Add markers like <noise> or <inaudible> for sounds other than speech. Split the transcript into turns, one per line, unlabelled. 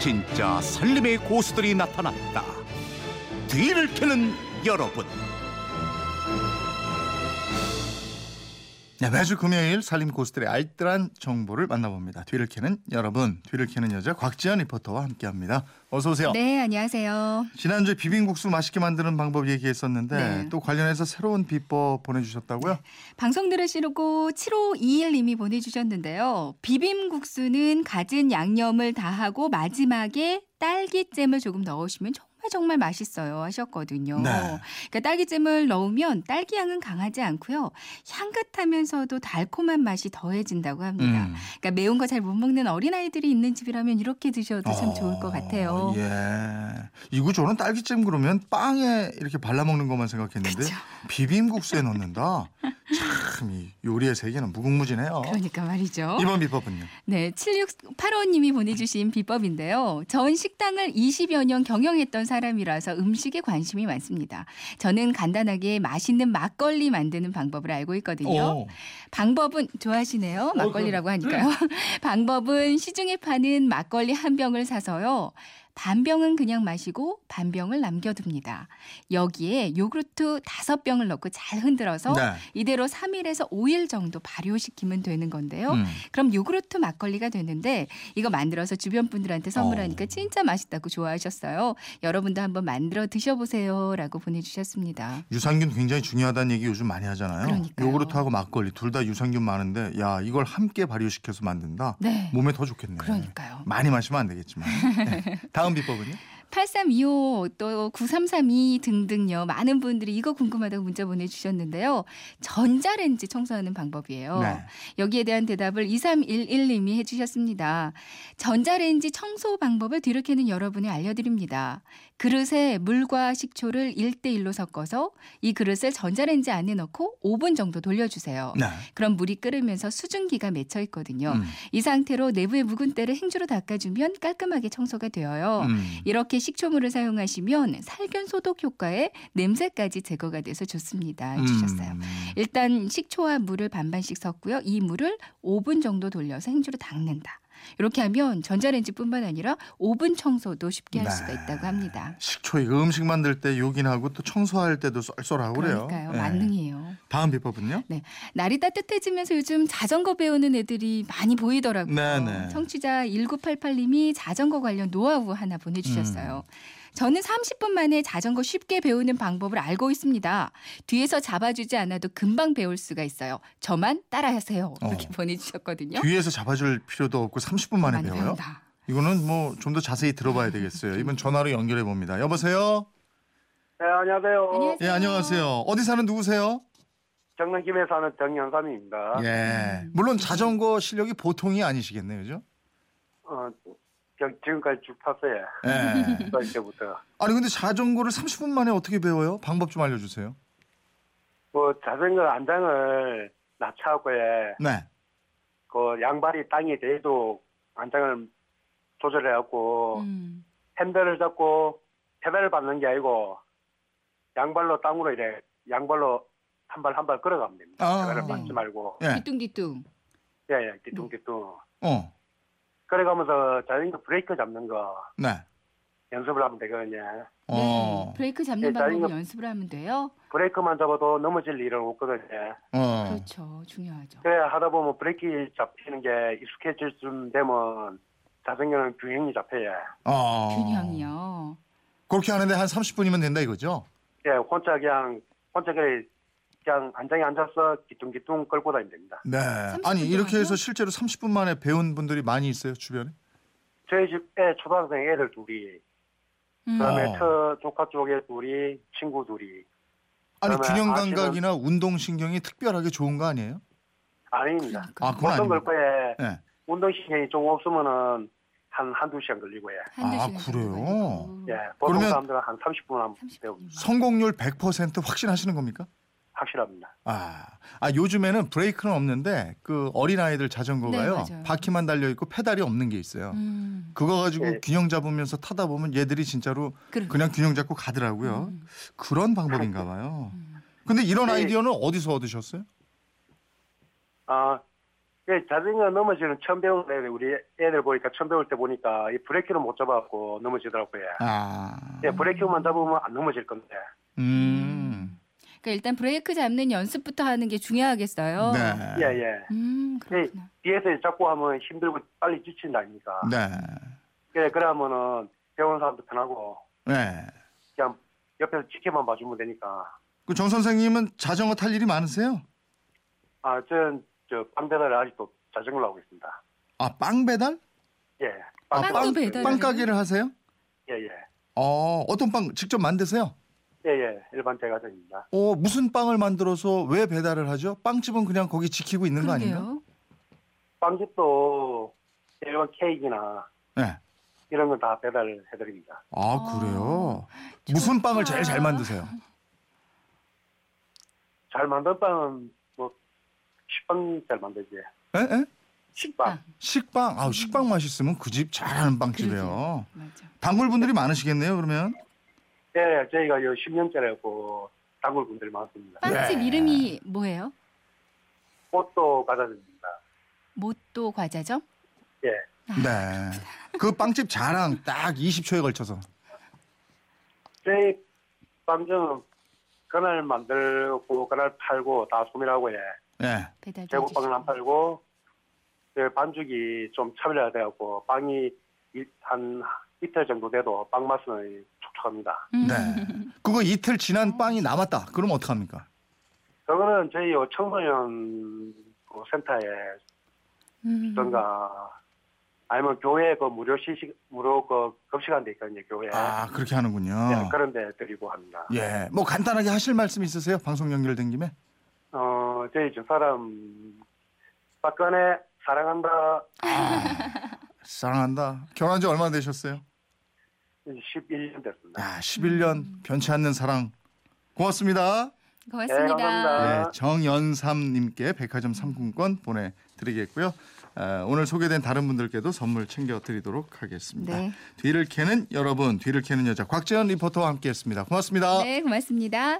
진짜 살림의 고수들이 나타났다. 뒤를 캐는 여러분.
네, 매주 금요일 살림 고수들의 알뜰한 정보를 만나봅니다. 뒤를 캐는 여러분, 뒤를 캐는 여자 곽지연 리포터와 함께합니다. 어서 오세요.
네, 안녕하세요.
지난주에 비빔국수 맛있게 만드는 방법 얘기했었는데
네.
또 관련해서 새로운 비법 보내주셨다고요?
방송 들으시고 7521님이 보내주셨는데요. 비빔국수는 가진 양념을 다하고 마지막에 딸기잼을 조금 넣으시면 정말 정말 맛있어요 하셨거든요.
네.
그러니까 딸기잼을 넣으면 딸기 향은 강하지 않고요. 향긋하면서도 달콤한 맛이 더해진다고 합니다.
음.
그러니까 매운 거 잘 못 먹는 어린아이들이 있는 집이라면 이렇게 드셔도 참
어,
좋을 것 같아요.
예. 이거 저는 딸기잼 그러면 빵에 이렇게 발라먹는 것만 생각했는데
그쵸.
비빔국수에 넣는다. 참, 이 요리의 세계는 무궁무진해요.
그러니까 말이죠.
이번 비법은요?
네, 7685님이 보내주신 비법인데요. 전 식당을 20여 년 경영했던 사람이라서 음식에 관심이 많습니다. 저는 간단하게 맛있는 막걸리 만드는 방법을 알고 있거든요. 방법은
어,
좋아하시네요.
그,
막걸리라고 하니까요.
네.
<laughs> 방법은 시중에 파는 막걸리 한 병을 사서요. 반 병은 그냥 마시고 반 병을 남겨둡니다. 여기에 요구르트 다섯 병을 넣고 잘 흔들어서
네.
이대로 3일에서 5일 정도 발효시키면 되는 건데요.
음.
그럼 요구르트 막걸리가 되는데 이거 만들어서 주변 분들한테 선물하니까
어.
진짜 맛있다고 좋아하셨어요. 여러분도 한번 만들어 드셔보세요라고 보내주셨습니다.
유산균 굉장히 중요하다는 얘기 요즘 많이 하잖아요.
그러니까요.
요구르트하고 막걸리 둘 다 유산균 많은데 야 이걸 함께 발효시켜서 만든다.
네.
몸에 더 뭐, 좋겠네.
그러니까요.
많이 마시면 안 되겠지만.
<laughs>
네. 다음 비법은요?
8325, 또 9332 등등요. 많은 분들이 이거 궁금하다고 문자 보내주셨는데요. 전자레인지 청소하는 방법이에요.
네.
여기에 대한 대답을 2311님이 해주셨습니다. 전자레인지 청소 방법을 뒤늦게는 여러분이 알려드립니다. 그릇에 물과 식초를 1대1로 섞어서 이 그릇을 전자레인지 안에 넣고 5분 정도 돌려주세요.
네.
그럼 물이 끓으면서 수증기가 맺혀 있거든요.
음,
이 상태로 내부의 묵은 때를 행주로 닦아주면 깔끔하게 청소가 되어요.
음.
이렇게 식초물을 사용하시면 살균 소독 효과에 냄새까지 제거가 돼서 좋습니다. 아, 주셨어요.
음.
일단 식초와 물을 반반씩 섞고요. 이 물을 5분 정도 돌려서 행주로 닦는다. 이렇게 하면 전자레인지뿐만 아니라 오븐 청소도 쉽게 할
네.
수가 있다고 합니다.
식초 이거 그 음식 만들 때 요긴하고 또 청소할 때도 쏠쏠하고 그래요.
그러니까요.
네.
만능이에요.
다음 비법은요?
날이 따뜻해지면서 요즘 자전거 배우는 애들이 많이 보이더라고요.
네네.
청취자 1988님이 자전거 관련 노하우 하나 보내주셨어요.
음.
저는 30분 만에 자전거 쉽게 배우는 방법을 알고 있습니다. 뒤에서 잡아주지 않아도 금방 배울 수가 있어요. 저만 따라하세요. 이렇게
어.
보내주셨거든요.
뒤에서 잡아줄 필요도 없고 30분 만에 배워요.
배운다.
이거는 뭐 좀 더 자세히 들어봐야 되겠어요. 이번 전화로 연결해 봅니다. 여보세요.
네, 안녕하세요.
안녕하세요.
예, 안녕하세요. 어디 사는 누구세요?
경남 김해 사는 정현삼입니다.
예. 물론 자전거 실력이 보통이 아니시겠네요, 그죠?
어, 경- 지금까지 쭉 탔어요.
<laughs>
예.
어릴 때부터.
아니 근데 자전거를 30분 만에 어떻게 배워요? 방법 좀 알려주세요.
뭐, 자전거 안장을 낮춰갖고에, 예,
네.
그 양발이 땅이 돼도 안장을 조절해갖고,
음.
핸들을 잡고, 페달을 밟는 게 아니고, 양발로 땅으로 이래, 양발로 한 발 한 발 걸어가면 됩니다.
아,
페달을
네.
밟지 말고,
예.
뒤뚱뒤뚱.
예, 예, 뒤뚱뒤뚱.
어.
걸어가면서 자전거 브레이크 잡는 거
네.
연습을 하면 되거든요.
어.
네. 브레이크 잡는
예,
방법을
자전거-
연습을 하면 돼요.
브레이크만 잡아도 넘어질 일은 없거든요. 예.
어.
그렇죠. 중요하죠.
그래 하다 보면 브레이크 잡히는 게 익숙해질 쯤 되면 자전거는 균형이 잡혀요.
어.
균형이요.
그렇게 하는데 한 30분이면 된다 이거죠?
예, 혼자 그냥 혼자 그냥 그냥 안장에 앉아서 기뚱기뚱 끌고 다니면 됩니다.
네.
30분
아니 이렇게
동안요?
해서 실제로 30분 만에 배운 분들이 많이 있어요 주변에?
저희 집에 초등학생 애들 둘이,
음.
그다음에
어.
저 조카 쪽에 둘이, 친구 둘이.
아니
그러면
균형
아시는-
감각이나 운동 신경이 특별하게 좋은 거 아니에요?
아닙니다.
그러니까
아, 그건
보통 걸
아닙니다.
거에
네.
운동신경이 좀 없으면은 한, 한두 시간 걸리고요.
한두
아,
시간
그래요?
정도 걸리고.
예, 보통
그러면-
사람들은 한 30분 하면
30분
배웁니다.
이면.
성공률 100% 확신하시는 겁니까?
확실합니다.
아, 아 요즘에는 브레이크는 없는데 그 어린 아이들 자전거가요
네, 맞아요.
바퀴만 달려 있고 페달이 없는 게 있어요.
음,
그거 가지고
네.
균형 잡으면서 타다 보면 얘들이 진짜로
그럼.
그냥 균형 잡고 가더라고요.
음,
그런 방법인가 봐요.
음.
근데 이런
네.
아이디어는 어디서 얻으셨어요?
아, 예, 자전거 넘어지는 처음 배운 애들, 우리 애들 보니까 처음 배울 때 보니까 이 브레이크를 못 잡아갖고 넘어지더라고요.
아,
예, 브레이크만 잡으면 안 넘어질 건데.
음,
그러니까 일단 브레이크 잡는 연습부터 하는 게 중요하겠어요.
네,
예, 예.
음,
네.
그렇구나.
뒤에서 자꾸 하면 힘들고 빨리 지친다 아닙니까?
네,
예, 그러면은 배운 사람도 편하고
네.
그냥 옆에서 지켜만 봐주면 되니까.
그 정 선생님은 자전거 탈 일이 많으세요?
아, 저는 저 빵배달을 아직도 자전거로 하고 있습니다.
아, 빵 배달?
예.
아,
빵도 배달을
빵
해요?
가게를 하세요?
예, 예.
어, 어떤 빵 직접 만드세요?
예, 예. 일반 대가전입니다.
어, 무슨 빵을 만들어서 왜 배달을 하죠? 빵집은 그냥 거기 지키고 있는 거 아닌가?
그러게요.
빵집도 일반 케이크나
네.
이런 건 다 배달을 해드립니다.
아, 그래요?
아,
무슨
좋다.
빵을 제일 잘 만드세요?
잘 만든 빵은 뭐 식빵 잘 만들지.
에? 에?
식빵.
식빵. 아, 식빵 맛있으면 그 집 잘하는 빵집이에요.
맞아.
단골분들이 많으시겠네요, 그러면.
예, 예. 저희가 요 10년째라고 단골 분들이 많습니다.
빵집 이름이 뭐예요?
꽃도 과자전입니다.
모또 과자점?
예.
네. 그 빵집 자랑 딱 20초에 걸쳐서.
저희 빵점은 그날 만들고 그날 팔고 다 소멸하고 예.
네.
배달도
제국빵을 안
해주시고.
팔고 그 반죽이 좀 차별화 돼갖고 빵이 일- 한 이틀 정도 돼도 빵 맛은 촉촉합니다.
음.
네. 그거 이틀 지난 빵이 남았다. 그럼 어떡합니까?
그거는 저희 요 청소년 그 센터에
음.
든가 아니면 교회 그 무료 시식 무료 그 급식한 데 있거든요 교회
아, 그렇게
예,
하는군요.
그런 데 드리고 합니다.
예. 뭐 간단하게 하실 말씀 있으세요? 방송 연결된 김에? 예.
어 저희 저 사람 박근혜 사랑한다
아, 사랑한다. 결혼한 지 얼마나 되셨어요?
11년 됐습니다.
아, 11년 변치 않는 사랑. 고맙습니다.
고맙습니다.
네, 감사합니다.
네, 정연삼님께 백화점 상품권 보내드리겠고요. 아, 오늘 소개된 다른 분들께도 선물 챙겨드리도록 하겠습니다.
네.
뒤를 캐는 여러분, 뒤를 캐는 여자 곽재현 리포터와 함께했습니다. 고맙습니다.
네, 고맙습니다.